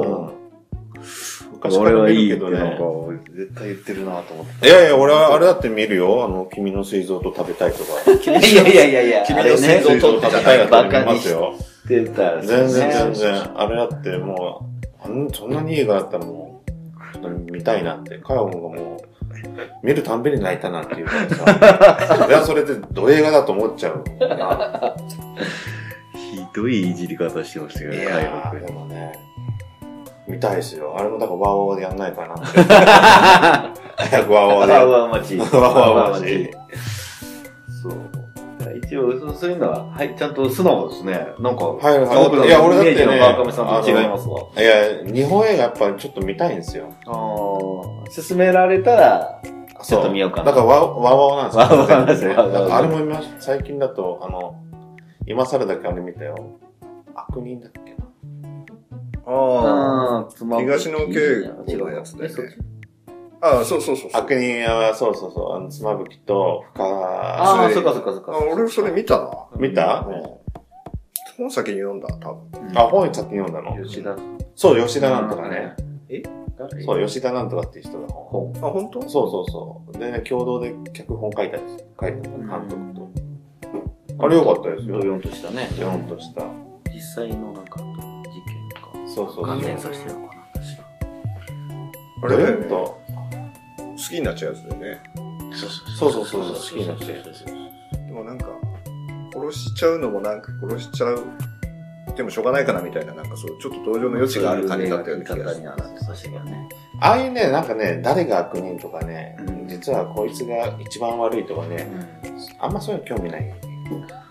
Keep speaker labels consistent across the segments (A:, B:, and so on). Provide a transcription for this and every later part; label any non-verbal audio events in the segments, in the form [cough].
A: 昔か
B: 俺
A: ら
B: はい
A: 見
B: い
A: る
B: け
A: け
B: ど
A: ど
B: ね。
A: ね。
B: 絶対言ってるなと思っ
A: いやいや、俺はあれだって見るよ。あの、君の水臓と食べたいとか。 [laughs]
B: て。いやいやいやいや、
C: 君
B: あ
C: の
B: れ
C: 心
B: ね
C: 臓、
A: 水臓と食べたいだって見ますよ。
B: 言ってたらね
A: 全然全。然。あれだってもう、あんそんなにいい映画だったらもう、本当に見たいなって。カヤオンがもう、見るたんびに泣いたなっていうからさ。 [laughs] それはそれで、ど映画だと思っちゃうな。
B: ひどいいじり方してましたよ
A: い
B: ね、
A: や
B: 海
A: ー、
B: 君
A: でもね、見たいですよ。あれもだからワーワーでやんないかなって。 [laughs] 早くワーワーでや
B: ワ
A: る
B: ウ。ワウ町。
A: わわわ町
B: そう。一応そう、そういうのは、はい、ちゃんと素直ですね。なんか、
A: はいはい
B: 僕の
A: いや俺だってね
B: イメージの川上さんと違いますわ。
A: いや、日本映画やっぱりちょっと見たいんですよ。
B: あのー、勧められたら、ちょっと見ようか
A: だ
B: な
A: からわ、わわわ
B: わわわな
A: なん
B: ん
A: で
B: ですす
A: よ。
B: よ
A: ね
B: わわわ
A: あれも見ました。最近だと、あの、今更だけあれ見たよ。悪人だっけな。
C: あ
B: あーつまぶ
C: 東野圭吾のやつだよねああ、そうそうそうそう。
A: 悪人は、そうそうそう、あの、妻夫木と深川、
B: ああ、そっかそっかそっか。
C: あ俺それ見たな。
A: 見た
C: 本先に読んだ、多分。
B: うん
A: あ、本先に読んだの
B: 吉田。
A: そう、吉田なんとかね。。
B: え誰
A: そう、吉田なんとかっていう人が。
B: 本。
C: あ、本当？
A: そうそうそう。でね、共同で脚本書いたり、書いたの監督と。あれ良かったですよ
B: ド。ヨンとしたね。
A: ジョンとした。
B: 実際のなんか事件とか
A: そうそうそう。
B: 関連させてるのかな私
C: あれだよね好きになっちゃうやつだよね。
B: そう
A: そうそうそうそう好きになって
C: でもなんか、殺しちゃうのもなんか殺しちゃう。でもしょうがないかなみたいな、なんかそう、ちょっと同情の余地がある感じだったよね。
B: そういう言い方
C: 気
B: に
C: が
B: は
C: する
B: なってましたけどね。
A: ああいうね、なんかね、誰が悪人とかね、
B: うん
A: 実はこいつが一番悪いとかね、あんまそういうの興味ない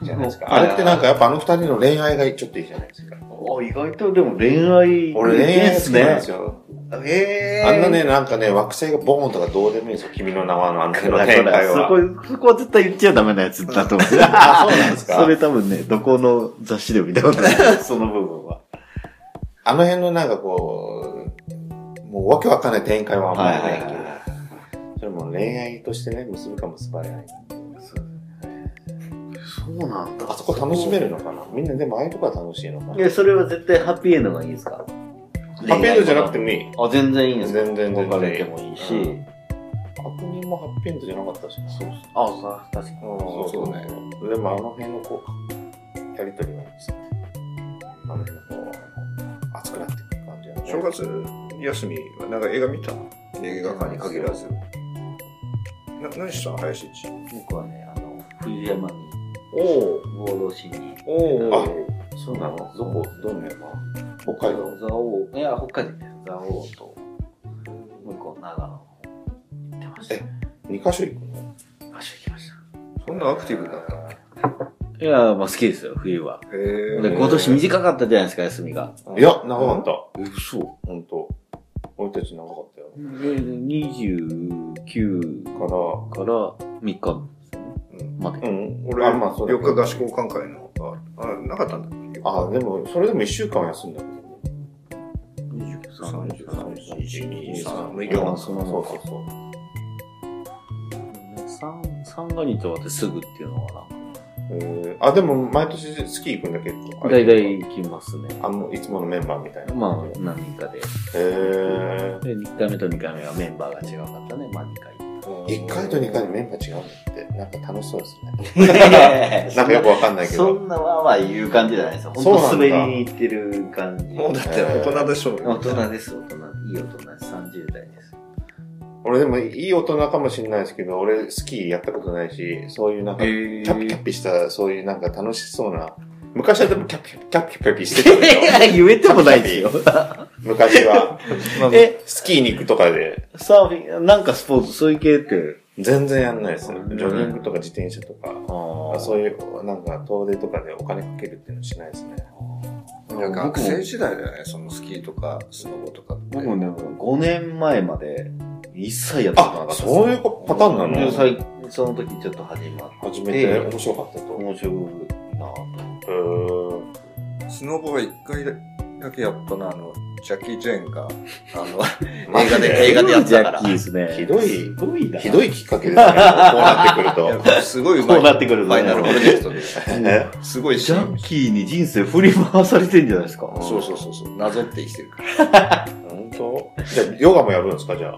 A: じゃないです
B: う
A: か。
B: ん
A: あれってなんかやっぱあの二人の恋愛がちょっといいじゃないですか。
B: お意外とでも恋愛
A: 俺恋愛好きなんです
B: ね。
A: よ。
C: えー、
A: あんなね、なんかね、惑星がボーンとかどうでもいいんですよ。君の名はのあの
B: だから
A: 展開は。
B: そこ、そこは絶対言っちゃダメなやつだと思う。
A: あ、 [laughs] そうなんですか
B: [laughs] それ多分ね、どこの雑誌でも見たことない。
A: [laughs]
B: その部分は。
A: あの辺のなんかこう、もうわけわかんない展開はあんまりないけど、それも恋愛としてね、結ぶか結ばれないか。
B: そうなんだ
A: あそこ楽しめるのかなみんなでもああいうとこは楽しいのかない
B: や、それは絶対ハッピーエンドがいいですか
A: ハッピーエンドじゃなくてもいい。
B: あ、全然いいんです
A: 全然全然。
B: 別れてもいいし。
A: うん悪人もハッピーエンドじゃなかったし。そう
B: あ、そう、確かに。
C: うんそうね。。
A: でもあの辺のこう、やりとりがいいですね。あの辺のこう、熱くなってくる感じがね
C: 正月休みはなんか映画見た映画館に限らず。な何したの林一。
B: 僕はね、あの、冬山に、
C: おう
B: 合同しに、
C: おう
A: あそうなのどこどんな山北海道
B: 蔵王、いや、北海道です。蔵王と、向こう、長野の方行ってましたね。
A: ?2 カ所行くの
B: 場所行きまし
C: そんなアクティブだったのへ
B: た。いや、まあ好きですよ、冬は。
C: え
B: で、今年短かったじゃないですか、休みが。
A: いや、長かった。
B: え、嘘。
A: ほんと。俺たち長かったよ。
B: で、29
A: だか
B: から3日
C: うん
B: まで。
A: ら、うん。
C: 俺、
A: あ、
C: あ
A: まあ、そうだ
C: 4日合宿館会のがあるあ、なかったんだっけ
A: あ、でも、それでも1週間は休んだけどね。
B: 23
C: 30、31、2、3、6
A: い
C: 日
A: や
C: 間。
A: そのそうそうそう。
B: 三三が日終わってすぐっていうのは
A: えーあ、でも毎年スキー行くんだ結構。
B: な、だいたい行きますね。
A: あの、いつものメンバーみたいな。
B: まあ、何人かで。
A: へえ
B: で、2回目と2回目はメンバーが違うかったね。まあ、2回。
A: ー。1回と2回でメンバー違うんだって、なんか楽しそうですね。
B: [laughs] な
A: なんかよくわかんないけ
B: そ
A: ど。
B: んなわーわー言う感じじゃないですよ。
A: そうなんだ
B: 本当滑りに行ってる感じ。
C: もうだって大人でしょう
B: 大
C: よ。
B: 人です、大人。いい大人です。30代です。
A: 俺でもいい大人かもしれないですけど、俺スキーやったことないし、そういうなんか、キ
B: え
A: ャピキャピした、そういうなんか楽しそうな、昔はでもキャピキャピキャピキャピしてた
B: [laughs]
A: けど
B: 言えてもないですよ。
A: [laughs] 昔
B: [laughs]
A: は。
B: え、
A: スキーに行くとかで、
B: サーフィン、なんかスポーツ、そういう系って。
A: 全然やんないです。ジ
B: うん
A: ョギングとか自転車とか。
B: あ
A: そういう、なんか、遠出とかでお金かけるっていうのしないですね。
C: いや学生時代だよね、そのスキーとか、スノボとかって。
B: 僕もね、5年前まで一切やったことなかったですよ。
A: いうパターンな
B: で最その時ちょっと始まって、
A: 初めて面白かったと。
B: 面白いなぁと思って。
A: えー、
C: スノボは1回だけやったな、あの、ジャッキー・ジェーンが、あの、
A: マジ
C: 映画で映画でやったから
B: ジャッキーですね。
A: ひどい [laughs]
B: ひどいな。
A: ひどいきっかけですね。こうなってくる [laughs] と。
C: いやすごいうまい。
B: こうなってくる
C: フ
B: とね
C: ァイナルプロジェクトで。
A: え
C: すごい
B: ジ
C: シー
B: ャ
C: ン
B: ッ。キーに人生振り回されてんじゃないですか。
C: そうそうそうそう。なぞって生きてるから。
A: 本当じゃあ、ヨガもやるんですかじゃあ。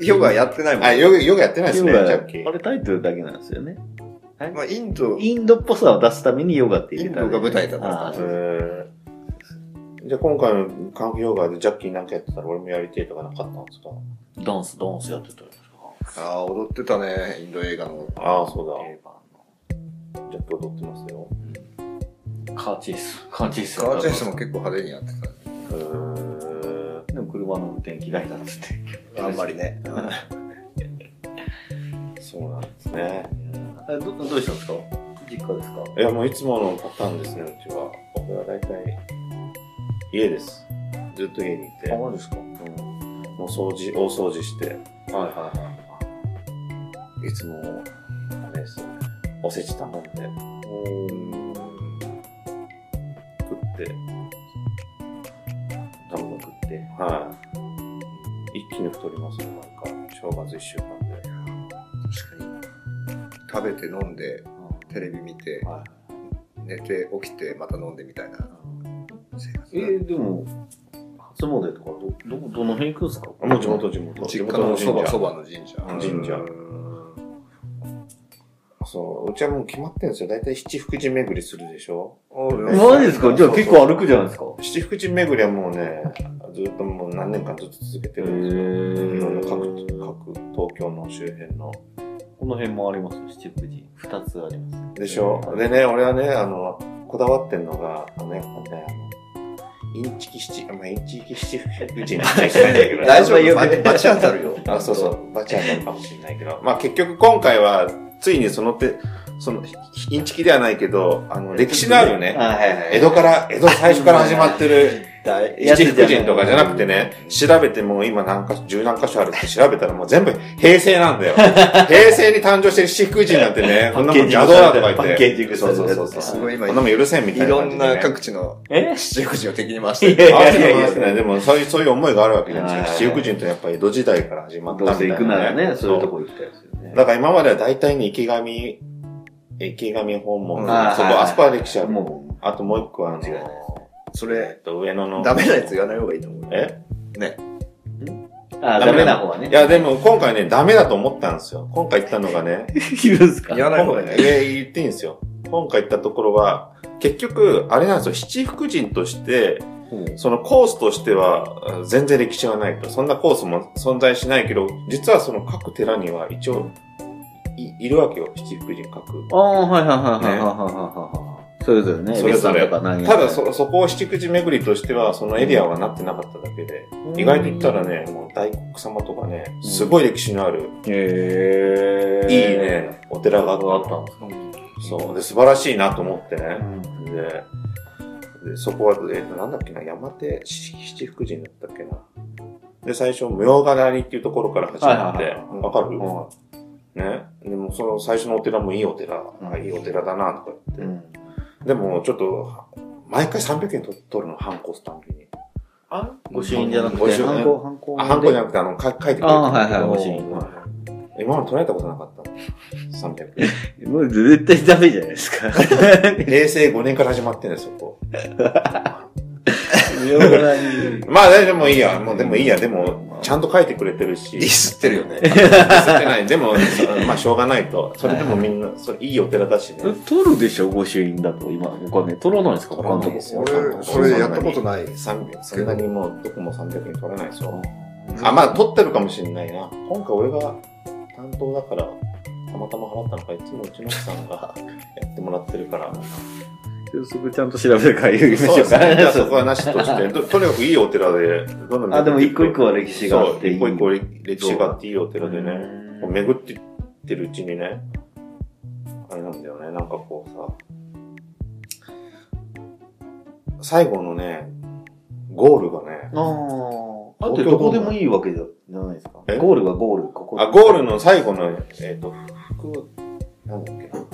C: ヨガやってないもん。
A: あ、ヨガ、ヨガやってないですね、ジ
B: ヨガ
A: ャッキー
B: あ。れタイトルだけなんですよね。
C: まあ、インド、
B: インドっぽさを出すためにヨガって入れたんだよね
C: インドが舞台だったん
B: あ
C: で
A: え
C: す
B: ー
A: ーじゃあ今回の韓国ヨガでジャッキーなんかやってたら俺もやりてえとかなかったんですか
B: ダンス、ダンスやってたりとか。
C: ああ、踊ってたね、インド映画の。
A: ああ、そう
B: 定番
A: だ。
B: の
A: ジャッキー踊ってますよ。
B: カーチェイス。カーチェイス。
C: カーチェイスも結構派手にやって
A: えー
B: でも車の運転嫌いだっつって。
C: た。あんまりね。
A: そうなんですね。
B: えどどうしたんですか実家ですか
A: いや、もういつものパターンですね、うちは。僕は大体、家です。ずっと家にいて。
B: あ、マジですか
A: もう掃除、大掃除して、
B: はいはいはい
A: つも、あれですよね、おせち頼んで、食って、卵食って、はい。一気に太りますね、なんか、正月一週間で。
C: 確かに。食べて飲んで、テレビ見て、
A: は
C: 寝て、起きて、また飲んでみたいな生活
B: い。えー、でも、初詣とかど、ど、どの辺行くんですか
A: い。もう地元、地元。
C: 実
A: 地
C: 家
A: 元
C: の
A: の
C: そば、
A: 神
C: そ
A: 社。
C: ばの神社。
A: 神社
C: うん
A: そう、うちはもう決まってるんですよ。だいたい七福神巡りするでしょ
B: マジですかじゃあ結構歩くじゃないですか。
A: 七福神巡りはもうね、ずっともう何年間ずっと続けてるんですよ。いろんな各、各東京の周辺の。
B: この辺もありますよ、七福神。二つあります。
A: でしょ、でね、俺はね、あの、こだわってんのが、あの、やっぱね、あの、インチキ七、まあ、インチキ七福神じゃないけど
C: [laughs] 大丈夫ババチ当たるよ。
A: あ、そうそう、バチ当たるかもしれないけど。まあ結局今回は、ついにその手、その、インチキではないけど、あの、歴史のあるね、
B: はいはいはい。
A: 江戸から、江戸最初から始まってる、
B: [laughs] 大
A: 七福神とかじゃなくてね、調べてもう今何か所、十何箇所あるって調べたらもう全部平成なん
B: [laughs]
A: だよ。平成に誕生してる七福神なんてね、こんなもん邪道だとか言って。
B: パッケージングさ
A: そ
B: れ
A: うそう
B: てるやつ
A: そうそう。
C: すごい今
A: こんなもん許せんみ
C: い
A: たいな
C: ろ
A: 感じ
C: ん
A: でね。
C: な各地の
B: え
C: 七福神を敵に回して
B: い
C: る。
B: や
A: あ
B: いや
A: そうなんですねでもそういう、そういう思いがあるわけじゃないですか。
B: はい
A: 七福神とやっぱり江戸時代から始まった
B: どう
A: みた
B: せ
A: いな、
B: 行くならね、そういうと
A: こ。
B: こ行きたいですよね。
A: だから今までは大体に池上、池上訪問。
C: うん
A: そこ、
B: あーはい
A: あそこは歴史ある。
B: もう、
A: あともう一個はあの、
B: 間違いない
C: そ
A: え
C: れ
A: っ、と、上野の。
C: ダメなやつ言わない方がいいと思う。
A: え
B: あ、
A: ダ
B: ダ
A: メな
B: メな方はね。
A: いや、でも今回ね、ダメだと思ったんですよ。今回行ったのがね、
B: いるんすか
C: 言わない方がいい。
A: え言っていいんですよ。今回行ったところは、結局、あれなんですよ、七福神として、そのコースとしては、あ全然歴史はないと。そんなコースも存在しないけど、実はその各寺には一応、いいるわけよ、七福神各。
B: ああ、はいはいはいはいはいはいはい。それぞれね、
A: それぞれ
B: レストランとか何
A: ただそ、そこを七福神巡りとしては、そのエリアはなってなかっただけで、意外と言ったらね、もう大黒様とかね、すごい歴史のある、
B: へ
A: い
B: え。
A: いね、お寺があった
B: あ
A: の
B: ったんです
A: そう。で、素晴らしいなと思ってね。
B: か
A: で、でそこは、え、なんだっけな、山手七福神だったっけな。で、最初、明ヶ谷っていうところから始まって、
B: はいはいはい
A: わかる、ね。でも、その最初のお寺もいいお寺、
B: うん
A: あいいお寺だな、とか言って。
B: うん。
A: でも、ちょっと、毎回300円と取るの、ハンコスタンプに。
B: あご朱印じゃなく
A: ご
B: て、
A: 朱印
B: ハンコ、ハンコ。
A: あ、ハンコじゃなくて、あの、か書いてくれてる
B: あーはいはい
A: けど
B: ご朱印
A: はい今まで取られたことなかったの。300円。
B: て。もう絶対ダメじゃないですか。
A: 平成5年から始まってんですよ、こう。
B: 妙なに。
A: まあ、でもいいや。もう、でもいいや。でも、ちゃんと書いてくれてるし。
C: ディスってるよね。
A: 吸ってない。でも、そまあ、しょうがないと。それでもみんな、それいいお寺だしね。
B: 取るでしょ、ご朱印だと。今、お金取らないですか、
A: 取ら
B: 他
A: な
B: の
A: い
B: と
A: で
B: こ。
A: すよ。
C: 俺、それやったことない。
A: 三そんなにもう、どこも300円取らないですよ。あ、まあ、取ってるかもしれないな。今回俺が担当だから、たまたま払ったのか、いつもうちの奥さんが [laughs] やってもらってるから。
B: そこちゃんと調べるから言いまし
A: そう
B: ょ
A: で
B: う
A: すね。じゃあ
B: か。
A: そこはなしとして、ととにかくいいお寺で、どんどん
B: あ、でも一個一個は歴史があっていい。
A: そう一個一個歴史があっていいお寺でね。こう
B: ね。
A: 巡ってってるうちにね、あれなんだよね、なんかこうさ、最後のね、ゴールがね、
B: ああ。あってどこでもいいわけじゃないですか。
A: え
B: ゴールはゴール、ここ。
A: あ、ゴールの最後の、えっ、と、服、なんだっけな。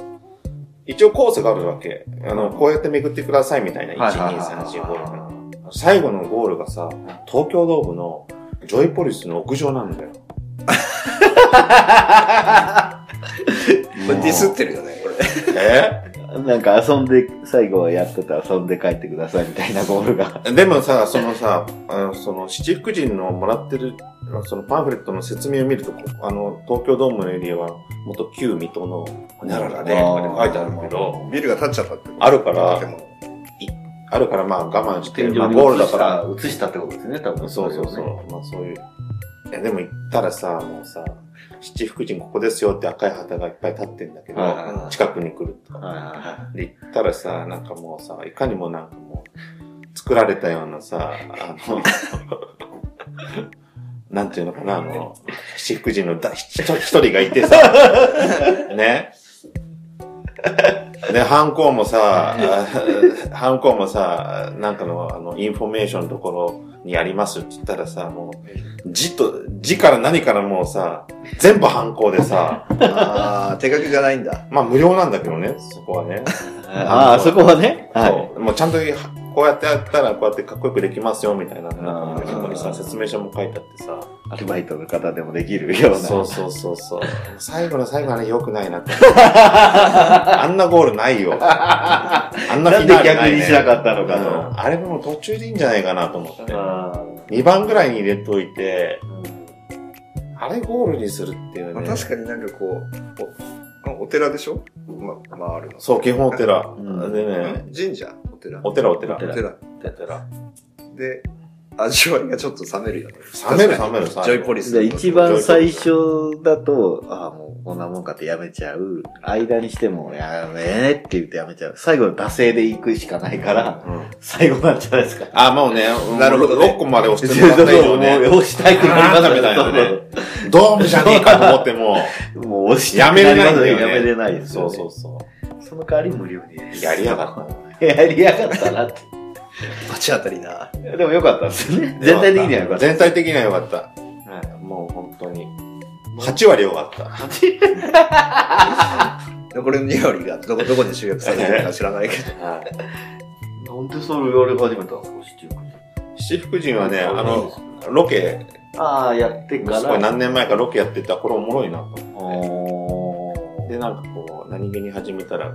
A: 一応コースがあるわけ。あの、こうやって巡ってくださいみたいな。
B: はいはいはい
A: 1、2、3、4、5、6。最後のゴールがさ、東京ドームのジョイポリスの屋上なんだよ。
C: これディスってるよね、これ。
A: え
B: なんか遊んで、最後はやってて遊んで帰ってくださいみたいなゴールが。
A: でもさ、そのさ、あのその七福神のもらってる、そのパンフレットの説明を見ると、こあの、東京ドームのエリアは、元旧水戸の、ほにゃららで、とかで書いてあるけど、
C: ビルが建っちゃったってこと。
A: あるから
C: 建物
A: あるからまあ我慢して、まあゴールだから、。
B: 映したってことですね、多分。
A: そうそうそう、まあそういう。いや、でも行ったらさ、もうさ、七福神ここですよって赤い旗がいっぱい立ってんだけど
B: はいはいは、い
A: 近くに来ると。
B: はいはいはい。
A: で、行ったらさ、なんかもうさ、いかにもなんかもう、作られたようなさ、あの、 [laughs] なんていうのかな、あの、七福神のだ一人一人がいてさ、 [laughs] ね。で、ハンコもさ、 [laughs] あハンコもさ、なんかの、あの、インフォメーションのところにありますって言ったらさ、もう、字と、字から何からもうさ、全部ハンコでさ、
C: ああ、手書きがないんだ。
A: まあ無料なんだけどね、そこはね。
B: ああ、そこはね。はい。
A: そう。もうちゃんと、こうやってやったら、こうやってかっこよくできますよ、みたいな。
B: あー
A: そこにさ、説明書も書いてあってさ。
B: アルバイトの方でもできるような。
A: そうそうそうそう。最後の最後はね、良くないな [laughs] って。あんなゴールないよ。あんな
B: な
A: フィ
B: んで
A: ナーレ
B: 逆
A: ないね
B: にしなかった
A: う
B: のかと。
A: んあれでも途中でいいんじゃないかなと思って。
B: あ
A: 2番ぐらいに入れといて、あれゴールにするっていう
C: まあ
A: ね。
C: 確かになんかこう、おお寺でしょま、回るの。
A: そう、基本お寺
B: うん。
A: でね、
C: ん神社お寺
A: お寺お寺。
B: お
A: 冷
B: 寺
A: め
C: 寺
B: だから。
C: で、味わいがちょっと冷めるよね。
A: る冷める冷める。
C: ジョイポリス。
B: で一番最初だと、ああ、もうこんなもんかってやめちゃう。間にしても、やめえって言ってやめちゃう。最後の惰性で行くしかないから、
A: うん
B: 最後なんじゃないですか。
A: あ、もうね、
C: なるほどね
A: 6個まで押
B: ず
A: し
B: って
A: もらった [laughs]
B: と
A: 以上ね。
B: もう押したくなります
A: ダメだよね。ドームじゃねえかと思っても、
B: もう押したくなりま
A: やめれな
B: すよね。
A: いんだよね
B: やめれないです
A: そ
B: よ
A: う
B: ね。
A: そうそ
B: その代わり無料で
A: う。
B: す。
A: やりやがったな。
B: た。 [laughs] やりやがったなって。
C: 街当たりな。
B: でもよかったですね。全体的にはよかった。
A: 全体的には良かった。はい、もう本当に。8割良かった。
C: 残りの2割がどこど [laughs] こに集約されてるか知らないけど。
A: はい
B: なんでそれ言われ始めたんですか、七福神。
A: 七福神はね、あの、、ロケ、
B: ああ、やってか
A: すごい
B: ら。
A: 何年前かロケやってた、これおもろいなと思って。
B: おー
A: で、なんかこう、何気に始めたら、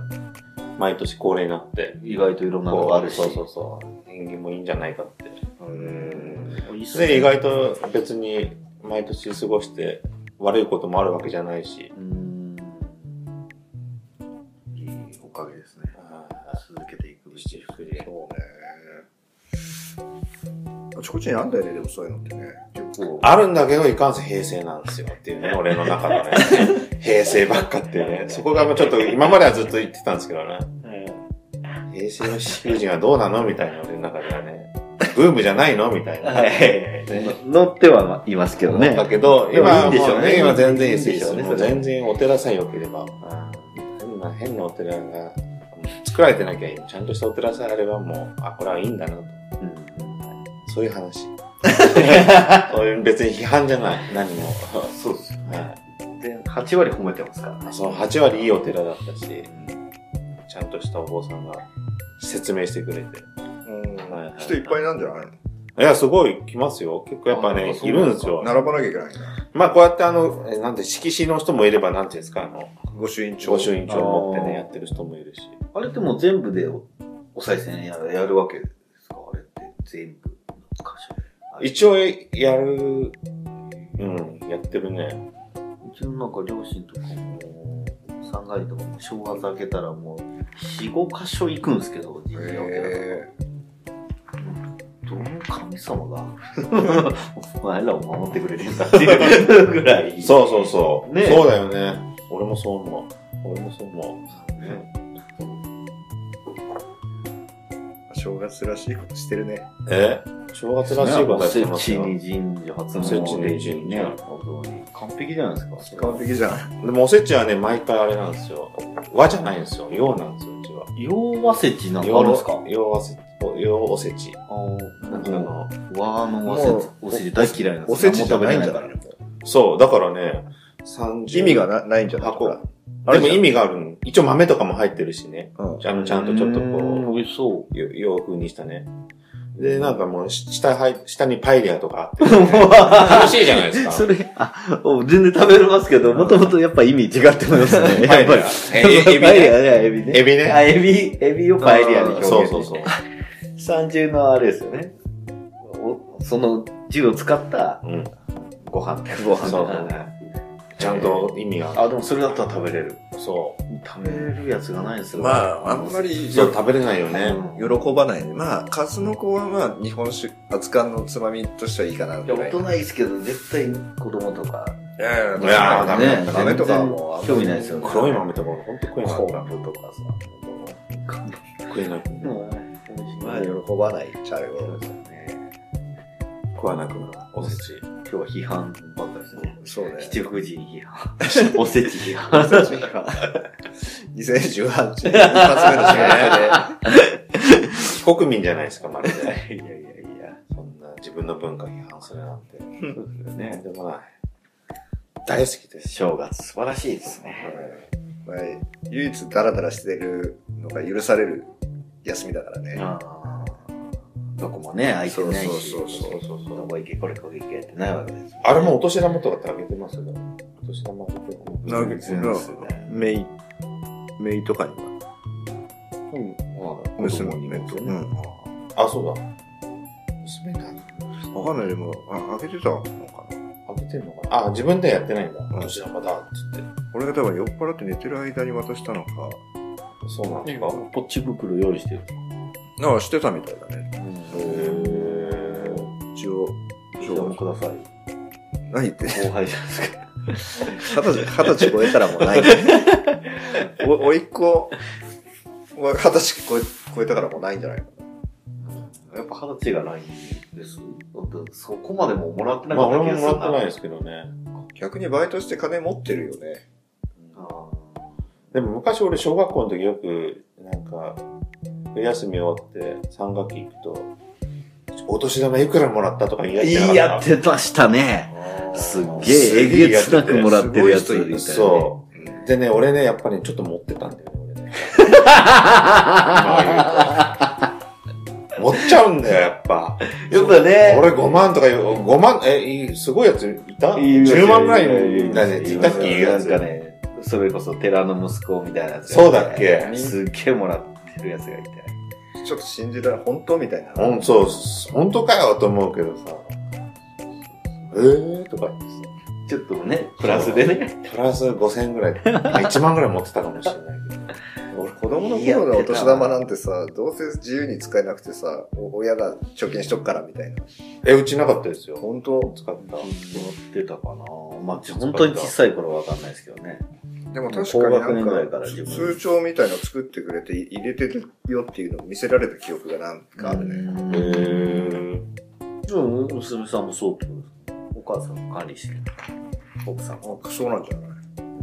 A: 毎年恒例になって、
B: 意外といろんなのがあるし。
A: そうそうそう。縁起もいいんじゃないかって。
B: うんいいっすね
A: で、意外と別に毎年過ごして悪いこともあるわけじゃないし、
B: うんいいおかげですね。続けていくうちに。
C: あちこちにあんだよね、でもそういうのってね。結構。
A: あるんだけど、いかんせん平成なんですよっていうね、俺の中のね。
B: [laughs]
A: 平成ばっかっていうね。そこがもうちょっと、今まではずっと言ってたんですけどね。平成の七福神はどうなのみたいな、俺の中ではね。ブームじゃないのみたいな。ね
B: 乗ってはいますけどね。
A: だけど、
B: でも
A: 今
B: いいん
A: は
B: でし
A: も
B: ょう
A: う
B: ね
A: ね、今全然いいです
B: いいんでしょ
A: よ。
B: うね
A: もう
B: それは
A: 全然お寺さえ良ければ。変な、変なお寺が作られてなきゃいい。ちゃんとしたお寺さえあればもう、あ、これはいいんだなと。そういう
B: [laughs]
A: 話。そういう別に批判じゃない。何
B: [laughs]
A: も。
B: そうですよ
A: はい
B: ね。で、8割褒めてますからね。
A: その8割いいお寺だったし、ちゃんとしたお坊さんが説明してくれて。
C: うん
A: はいはい
C: 人いっぱいなんじゃない
A: いや、すごい来ますよ。結構やっぱ
B: あ
A: ね、
B: そう
A: い
B: なんだ
A: るんですよ
C: の。並ばなきゃいけないんだ。
A: まあこうやってあの、えなんて、色紙の人もいれば、なんていうんですか、あの、
C: 御朱印帳。
A: 御朱印帳を持って
B: あ
A: ね、
B: ー
A: やってる人もいるし。
B: あれってもう全部でおお賽銭ややるわけですかあれって全部のかしら。
A: 一応やる、うん、やってるね。
B: うちのなんか両親とかも、三階とかも正月明けたらもう、4、5箇所行くんですけど、神社お寺
C: へ
B: どの神様が、お前らを守ってくれてんだって [laughs] いうぐらい。
A: そうそうそう。
B: ね
A: そうだよね。俺もそう思う。俺もそう思う。ね
C: ー正月らしいことしてるね。
A: え正月らしいことやってますよ。
B: に神社、初詣
A: 聖地に神社
B: ね、本当に。完璧じゃないですか。
C: 完璧じゃない。
A: でもおせちはね、毎回あれなんですよ。和じゃないんですよ。洋なんですよ、うちは。
B: 洋和節なんかあるんですか
A: 洋和せ洋おせち。
B: あ
A: な
B: ーなんん
A: か
B: か
A: あ
B: あ
A: の
B: の、和の和
C: も
B: 節
C: う、
B: おせち大嫌いなんですよ
C: おせちじゃないんじゃない
B: 何も食べ
C: の
A: そう、だからね、30
C: 意味がなないんじゃない
A: 箱。
C: か。
A: でも意味があるん一応豆とかも入ってるしね。
C: うん。
A: あの、ちゃんとちょっと
B: う
A: こ
B: ん美味しそう。
A: う、よ洋風にしたね。で、なんかもう、し下入、下にパエリアとかあって。
B: [laughs]
A: 楽しいじゃないですか。
B: それ、あ、お全然食べれますけど、もともとやっぱ意味違ってますね。
A: パ
B: や
A: エ
B: っ
A: リ
B: ぱり
A: ア。。
B: [laughs]
A: ええエビ
B: パエリア
A: ね。
B: ね、エビね。
A: エビね
B: あ、エビ、エビをパエリアに表現
A: そうそうそう。
B: 三重のあれですよね。おその銃を使った
A: うん。
B: [laughs] ご飯。
A: ご
B: 飯
A: そうそうちゃんと意味があ
B: あ、でもそれだったら食べれる。
A: る。そ
B: 食べれるやつがないですよ。
C: まあ、あんま
A: う。
C: り、
A: そう、食べれないよね。
C: 喜ばない。まあ、数の子はまあ、日本酒、熱燗のつまみとしてはいいかな、み
B: い
C: た
B: や、
C: いな。
B: 大人いいですけど、絶対子供とか。
C: いやい
A: いやーダメだ
B: ね
A: ダメ
C: とかはもう
B: 全然興味ないですよね。
A: 黒い豆とか、ほんと食えなか
B: 昆
A: った。
B: 布とかさ。
A: 食えなくなる
B: もう美味しい
C: まあ、喜ばないっちゃう
B: そう
C: よ
B: ですよね。
A: 食わなくなる。おせち。
B: 今日は批判ばっかりですね。
C: そうね。
B: 七福神批判。 [laughs] おせち批判。
C: 2018年、一発目の仕事
A: 非国民じゃないですか、まる
B: [laughs] いや
A: で。
B: いやいや。
A: そんな自分の文化批判するなんて。
B: そうですよ
A: とん
B: ね。
A: でもない。大好きです。
B: 正月素晴らしいですね。
C: で。はい唯一ダラダラしてるのが許される休みだからね。
B: あーどこもね、空いてないし。
C: そうそうそう
B: そうどこ行け、これこれ行けってないわけですよね。
A: あれもうお年玉とかってあげてますよ。お年玉あげてる
C: なんか
B: そうですね
C: メイ、メイとかには。
B: うん
C: 娘にね
B: 子供に
C: うん
B: も
A: あ、そうだ。娘なの
C: わかんない、でも、あ、開けてたのかな。
A: あげてんのかなあ、自分ではやってないんだ。
C: ん
A: お年玉だって言って。
C: 俺が多分酔っ払って寝てる間に渡したのか。
A: そうなんですか。
B: ポッチ袋用意してる。
C: なんかしてたみたいだね。
A: へー
C: 一応、
B: どうもください。
C: 何言って。
B: 後輩じゃない [laughs] ですか。
C: 二十歳、二十歳超えたらもう [laughs] ない。お、おいっ子は二十歳超え、超えたからもうないんじゃないか
B: やっぱ二十歳がないんです。だってそこまでももらってな
A: まあ
B: かった
A: 俺
B: 気
A: も
B: が
A: もらっ
B: する
A: てないですけどね。
C: 逆にバイトして金持ってるよね。
B: あ
A: でも昔俺小学校の時よく、なんか、冬休み終わって3学期行くと、お年玉いくらもらったとか言い合ってなか
B: ー
A: った。
B: やってましたね。すっげええげつなくもらってるやつみたいな、ね。
A: そうう。でね、俺ね、やっぱりちょっと持ってたんだよね、俺ね。持っちゃうんだよ、やっぱ。
B: やっぱね。
A: 俺5万とか言う、5万、え、いいすごいやついた
B: います
A: ?10
B: よ
A: 万ぐらい
B: い
A: の
B: ます
A: や
B: よ
A: ついたっけいうやつ。
B: なんかね、それこそ寺の息子みたいなやつが
A: そうだっけ
B: すっげえもらってるやつがいて。
C: ちょっと信じられない。本当みたいな。
A: ほんそう、本当かよと思うけどさ。えーとか言ってさ。
B: ちょっとね、プラスでね。
A: プラス5000円ぐらい。1万ぐらい持ってたかもしれないけど。
C: 俺子供の頃のお年玉なんてさ、どうせ自由に使えなくてさ、お親が貯金しとくからみたいな。
A: え、うちなかったですよ。
C: 本当
A: 使った。
B: 持ってたかなまあ、本当に小さい頃はわかんないですけどね。
C: でも確かに
B: 高学年ぐら
C: ないん
B: から
C: か、
B: 自分
C: 通帳みたいの作ってくれて入れてるよっていうのを見せられた記憶がなんかあるね。
B: うん
A: へー。
B: でも娘さんもそうってことですかお母さんが管理してる。奥さんも。
C: あそうなんじゃな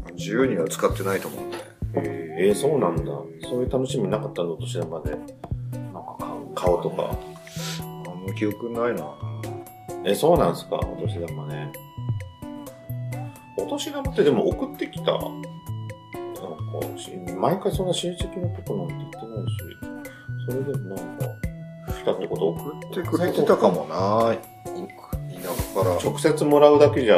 C: い自由には使ってないと思うんだよ。
A: えー、そうなんだ。そういう楽しみなかったの、お年玉で。
B: なんか買う。
A: 顔とか。
C: あんま記憶ないな。
A: え、そうなんですか、お年玉ね。お年玉ってでも送ってきたなんかし、毎回そんな親戚のとこなんて言ってないし、それでもなんか、来たってこと送
C: 送ってくれてたかもな。田舎から。
A: 直接もらうだけじゃ、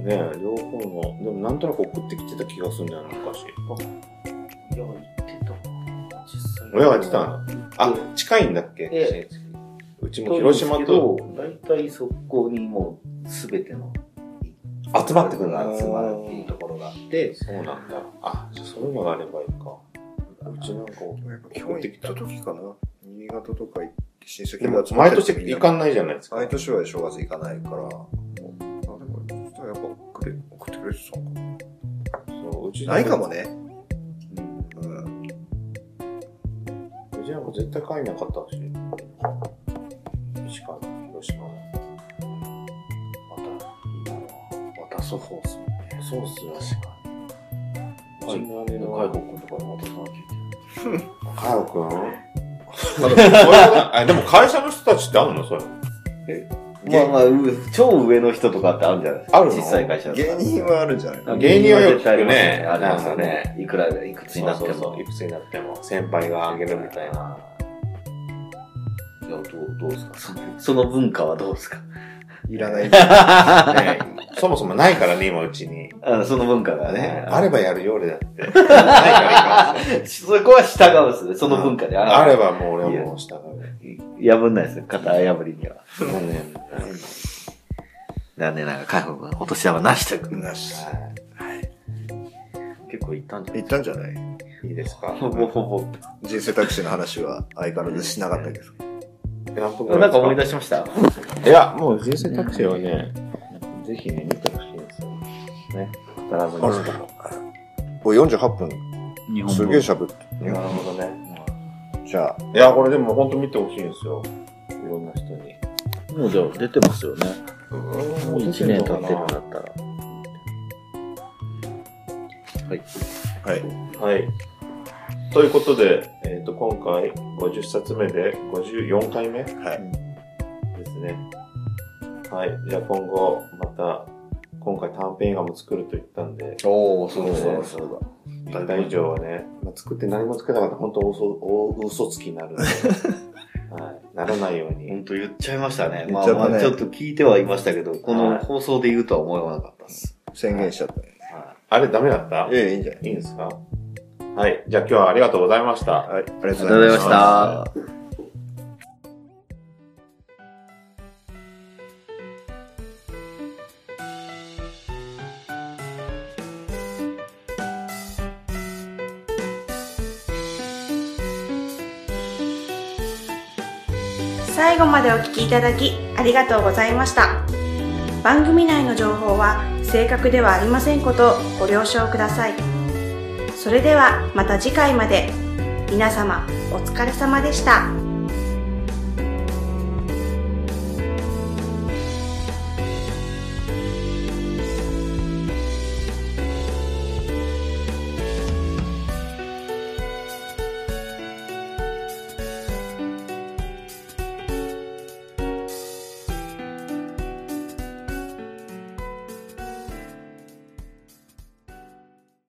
A: ね、両方の、でもなんとなく送ってきてた気がするんだよな、昔。
B: いや、行ってたな実際
A: 親は行ってたのあ、近いんだっけ、
B: え
A: うちも広島と。
B: 大体そこにもう全ての
A: 集まってくるな。
B: 集まるっていうところがあって、
A: そうなんだ。あ、じゃあそういうのがあればいいか。うちなんか、
C: やっぱ基本行った時かな。新潟とか行って親
A: で
C: 戚
A: も
C: が集まっ
A: 毎
C: て
A: 年
C: てみん
A: 行
C: な
A: かないじゃないですか。
C: 毎年は正月行かないから。あ、でも、そしたらやっぱ送れ送ってくれてたのか
A: そううち
C: なないかも。ね。うん
A: うちなんか絶対帰んなかったし。石川、広島。また、今は渡そうっすね。そうっすよ。確かに。うちの姉の海保君とかに渡さなきゃいけない。海保君
C: [laughs]
A: あ、でも会社の人たちってあるのそれ。
B: まあまあ、う超上の人とかってあるんじゃないですか。
A: あるの
B: 小さい会社だった
C: 芸
B: ら
C: 人はあるんじゃないの
A: あ芸人はよく聞くね
B: ありますよ
A: なん
B: ね。いくら、いくつになっても。
A: そうそうそういくつになっても、先輩があげるみたいな。
B: な。いや、どう、どうですかそのその文化はどうですか
C: い
B: [laughs]
C: らな
A: ね、
C: い。
A: そもそもないからね、今うちに。
B: あのその文化がね
A: ね、。あればやるよ、俺だ [laughs] って。ないからいいから
B: そこは従うんですね。その文化で。
A: あれ
B: ば。
A: ばもう俺はもう従う。
B: 破んないですよ。型破りには。
A: 残念。
B: 残念ながら、海保君はお年玉なしということで
C: なし。
B: 結構いったんじゃない
C: 行ったんじゃない
A: いいですか
B: ほぼほ
C: 人生タクシーの話は相変わらずしなかったけど。
B: ぼ。なんか思い出しました。
A: いや、もう人生タクシーはね、ぜひね、見てほしいんですよ。ね。必ず見せても
C: これ48分。
B: 日
C: すげえ喋って
A: らうなるほどね。
C: じゃあ、
A: いや、これでも本当見てほしいんですよ。いろんな人に。
B: もうじゃあ出てますよね。
A: も
B: もう1年経ってるんだったら。はい。
C: はい。
A: はい。ということで、えっ、と、今回50冊目で54回目
C: はい
A: ですね。はい。じゃあ今後、また、今回短編映画も作ると言ったんで、
B: おお、
A: そうだそうだそう言った以上はね、まあ、作って何も作らなかったら本当嘘大嘘つきになるの
C: [laughs]
A: で、はい、ならないように。
B: 本当言っちゃいましたね。
C: 言
B: ま
C: っ
B: あ
C: ちゃったね
B: まあちょっと聞いてはいましたけど、こ
A: は
B: の
A: い
B: 放送で言うとは思わなかったです。
C: 宣言しちゃったね。
B: は
A: あれダメだった
C: ええ、いいんじゃない
A: いいんですかはい。じゃあ今日はありがとうございました。
C: はい、ありが
B: い。
C: とうございました。
B: た。
D: 最後までお聞きいただきありがとうございました番組内の情報は正確ではありませんことをご了承くださいそれではまた次回まで皆様お疲れ様でした。